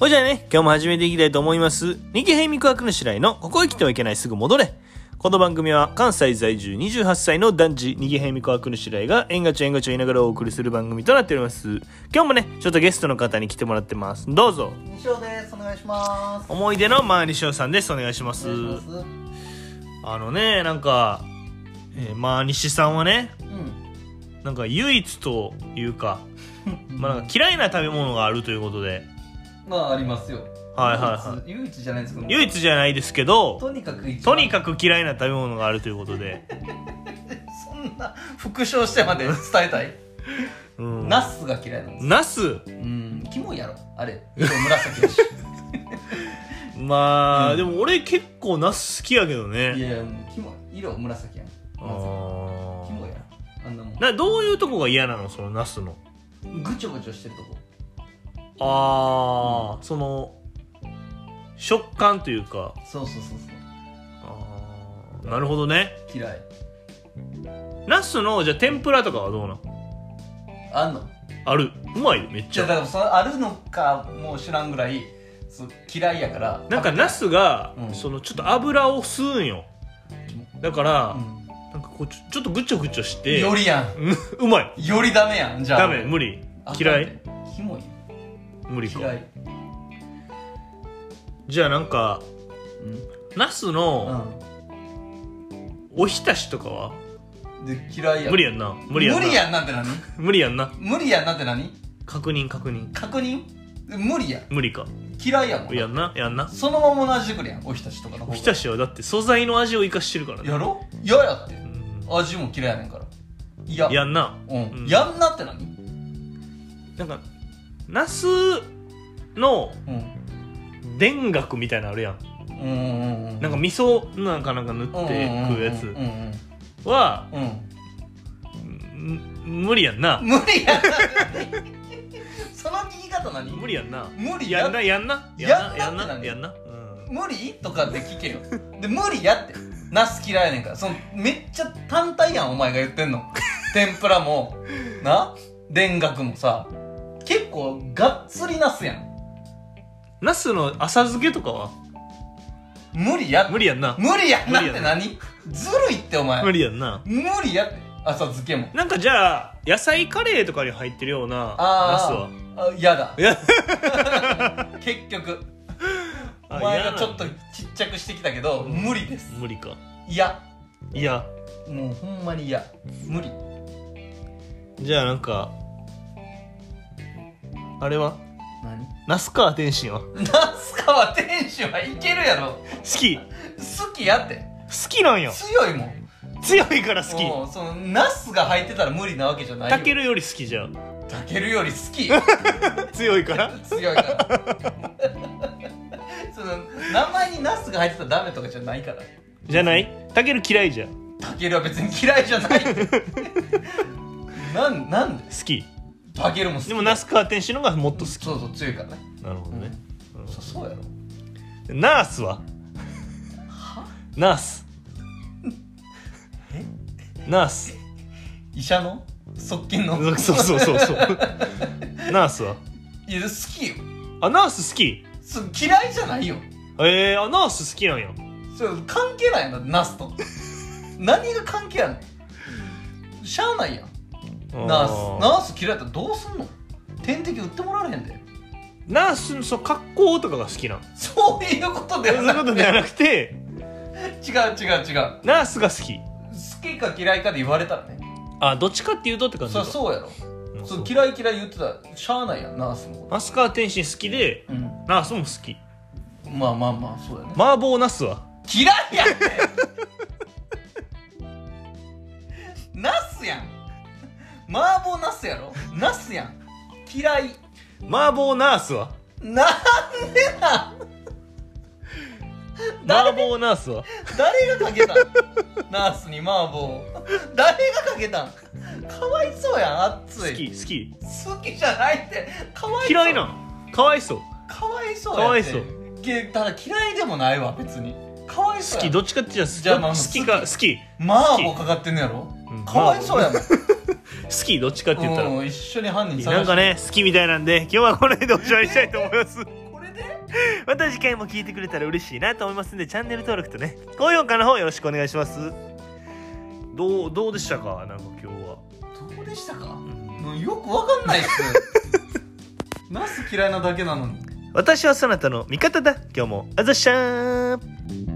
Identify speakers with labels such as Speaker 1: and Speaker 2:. Speaker 1: ほいじゃあね、今日も始めていきたいと思います。日経平民クワクの白井の、ここへ来てはいけないすぐ戻れ。この番組は関西在住28歳の男児、にぎへみこわくぬしらいが、縁がち縁がちを言いながらお送りする番組となっております。今日もね、ちょっとゲストの方に来てもらってます。どうぞ。
Speaker 2: 西尾ですお願いします
Speaker 1: 思い出のマーニショウさんです。お願いします
Speaker 2: お。願いします
Speaker 1: あのね、なんか、えー、マーニシさんはね、
Speaker 2: うん
Speaker 1: なんか唯一というか、まあなんか嫌いな食べ物があるということで、
Speaker 2: まあありますよ
Speaker 1: はいはいはい
Speaker 2: 唯一唯一じゃないですけど
Speaker 1: 唯一じゃないですけど、
Speaker 2: とにかく一番
Speaker 1: とにかく嫌いな食べ物があるということ で、
Speaker 2: そんな復唱してまで伝えたい
Speaker 1: うん、
Speaker 2: ナスが嫌いなんです
Speaker 1: ナス
Speaker 2: うんキモいやろあれ色 紫やし
Speaker 1: まあ、
Speaker 2: うん
Speaker 1: でも俺結構ナス好きやけど
Speaker 2: い
Speaker 1: ね
Speaker 2: やいやもうキモい色紫やん
Speaker 1: あ
Speaker 2: まずキ
Speaker 1: ー
Speaker 2: モいやろあんなもん
Speaker 1: などういうとこが嫌なのそのナスの
Speaker 2: ぐちょぐちょしてるとこ
Speaker 1: ああ、その食感というか
Speaker 2: そうそうそうそ
Speaker 1: あーなるほどね
Speaker 2: う嫌い
Speaker 1: ナスのじゃあ天ぷらとかはどうなん
Speaker 2: あんの
Speaker 1: あるうまいよめっち
Speaker 2: じゃあ
Speaker 1: ゃ
Speaker 2: だからそのあるのかもう知らんぐらいそう嫌いやから
Speaker 1: なんかナスが、
Speaker 2: うん
Speaker 1: そのちょっと油を吸うんよだから、
Speaker 2: う
Speaker 1: なんかこうちょちょっとぐちょぐちょし
Speaker 2: ん
Speaker 1: て
Speaker 2: よりやん
Speaker 1: うんうまい
Speaker 2: よりダメやんじゃあ
Speaker 1: ダメ無理
Speaker 2: あ
Speaker 1: 嫌
Speaker 2: だっ
Speaker 1: い
Speaker 2: てキモい
Speaker 1: 無理か
Speaker 2: 嫌い
Speaker 1: じゃあなんか
Speaker 2: う
Speaker 1: ナス
Speaker 2: ん、
Speaker 1: のおひたしとかは
Speaker 2: で嫌いや
Speaker 1: 無理やんな無理やんな
Speaker 2: 無理やんなんて何
Speaker 1: 無理やんな
Speaker 2: 無理やんなんて何
Speaker 1: 確認確認
Speaker 2: 確認無理やん
Speaker 1: 無理か
Speaker 2: 嫌いやもん
Speaker 1: やんなやんな
Speaker 2: そのまま同じくるやんおひたしとかの方
Speaker 1: お
Speaker 2: が
Speaker 1: ひたしはだって素材の味を生かしてるからね
Speaker 2: やろ嫌やって
Speaker 1: うん
Speaker 2: 味も嫌いやねんからいや
Speaker 1: やんな
Speaker 2: うん
Speaker 1: うん
Speaker 2: やんなって何
Speaker 1: なんかナスの
Speaker 2: うん
Speaker 1: 田楽みたいなのあるやん
Speaker 2: うんうんうん
Speaker 1: なんか味噌なんかなんか塗って食うや
Speaker 2: うん
Speaker 1: つ
Speaker 2: うんうん
Speaker 1: は
Speaker 2: うんうん
Speaker 1: ん無理やんな
Speaker 2: 無理やんなって 何その聞き方何
Speaker 1: 無理やんな
Speaker 2: 無理や
Speaker 1: や
Speaker 2: ん
Speaker 1: んなやんなや
Speaker 2: や
Speaker 1: ん
Speaker 2: ん
Speaker 1: な
Speaker 2: なって何
Speaker 1: やんなうん
Speaker 2: 無理とかで聞けよで無理やってナス嫌いやねんからそのめっちゃ単体やんお前が言ってんの天ぷらもな田楽もさ結構がっつりナスやん
Speaker 1: ナスの浅漬けとかは
Speaker 2: 無理やって
Speaker 1: 無理やんな
Speaker 2: 無理やんなっ
Speaker 1: 無理や
Speaker 2: て
Speaker 1: ん
Speaker 2: 何ずるいってお前
Speaker 1: 無理やんな
Speaker 2: 無理やって浅漬けも
Speaker 1: なんかじゃあ野菜カレーとかに入ってるようなナスは
Speaker 2: あーあ嫌だ
Speaker 1: いや
Speaker 2: 結局 お
Speaker 1: あ
Speaker 2: 前
Speaker 1: 嫌な
Speaker 2: が
Speaker 1: の
Speaker 2: ちょっとちっちゃくしてきたけど
Speaker 1: うん
Speaker 2: 無理です
Speaker 1: 無理か
Speaker 2: いや
Speaker 1: いや
Speaker 2: もうほんまに嫌無理
Speaker 1: じゃあなんかあれは
Speaker 2: 何
Speaker 1: 那須川天心は好
Speaker 2: 那須川天心はいけるやろ
Speaker 1: き好
Speaker 2: 好きやって
Speaker 1: きなんよ
Speaker 2: 強いもん
Speaker 1: 強いから好き
Speaker 2: もうそのナスが入ってたら無理なわけじゃない
Speaker 1: たけ
Speaker 2: る
Speaker 1: るより好きじゃん
Speaker 2: たけるより好き
Speaker 1: 強いから
Speaker 2: 強いから その名前にナスが入ってたらダメとかじゃないから
Speaker 1: じゃないたける嫌いじゃん好
Speaker 2: たけるは別に嫌いじゃない なんなんで
Speaker 1: き
Speaker 2: たけるも好き
Speaker 1: でも那須川天心の方がもっと好き
Speaker 2: そうそう強いからね
Speaker 1: なるほどね、うん
Speaker 2: そそうやろ
Speaker 1: ナースはナー スナース
Speaker 2: 医者の側近の
Speaker 1: そうそう そうそうナースはい
Speaker 2: や好きよ
Speaker 1: あナース好き
Speaker 2: そ嫌いじゃないよ
Speaker 1: えー、あナース好きなんや
Speaker 2: それ関係ないなナスと何が関係あんのしゃあないやんナースナ
Speaker 1: あ
Speaker 2: ース嫌いだったらどうすんの点滴打ってもらわれへんで
Speaker 1: ーナースのその格好とかが好きなん
Speaker 2: そういうことで
Speaker 1: そう
Speaker 2: は
Speaker 1: いう
Speaker 2: な
Speaker 1: こと
Speaker 2: く
Speaker 1: で
Speaker 2: て
Speaker 1: はなくて
Speaker 2: 違う違う違う
Speaker 1: ナースが好き
Speaker 2: 好きか嫌いかで言われたらね
Speaker 1: あどっちかっていうとって感じ
Speaker 2: そ
Speaker 1: か
Speaker 2: りゃそうやろ
Speaker 1: うん
Speaker 2: そ
Speaker 1: そうう
Speaker 2: 嫌い嫌い言ってたらしゃあないやんナースのこ
Speaker 1: ナスカー天心好きで
Speaker 2: とうん
Speaker 1: ナースも好き
Speaker 2: まあまあまあそうやね
Speaker 1: 麻婆ナスは
Speaker 2: 嫌いやんナスやん麻婆ナスやろナスやん嫌い
Speaker 1: 麻婆ナースは
Speaker 2: なんでなん
Speaker 1: 麻
Speaker 2: 誰
Speaker 1: 婆ナースは
Speaker 2: 誰がかけたん ナースに麻婆誰がかけたんかわいそうやん
Speaker 1: 好
Speaker 2: 熱
Speaker 1: き
Speaker 2: い
Speaker 1: 好き
Speaker 2: 好きじゃないってかわいそう
Speaker 1: 嫌いなんかわいそう
Speaker 2: かわいそう
Speaker 1: かわ
Speaker 2: や
Speaker 1: い
Speaker 2: っ
Speaker 1: そう
Speaker 2: てけただ嫌いでもないわ別にかわいそう
Speaker 1: 好き
Speaker 2: やん
Speaker 1: どっちかって言ったら
Speaker 2: じゃあまあ
Speaker 1: 好きか好き
Speaker 2: 麻婆かかってんのやろ
Speaker 1: うん
Speaker 2: かわいそうやもん
Speaker 1: 好きどっちかって言ったら
Speaker 2: うん一緒に犯人探して
Speaker 1: なんかね好きみたいなんで今日はこの辺でおしまいにしたいと思います
Speaker 2: これで
Speaker 1: また次回も聞いてくれたら嬉しいなと思いますんでチャンネル登録とね高評価の方よろしくお願いしますどうどうでしたかなんか今日は、
Speaker 2: どうでしたか
Speaker 1: うん
Speaker 2: もうよくわかんない っすナス嫌いなだけなのに
Speaker 1: 私はそなたの味方だ今日もあざっしゃーん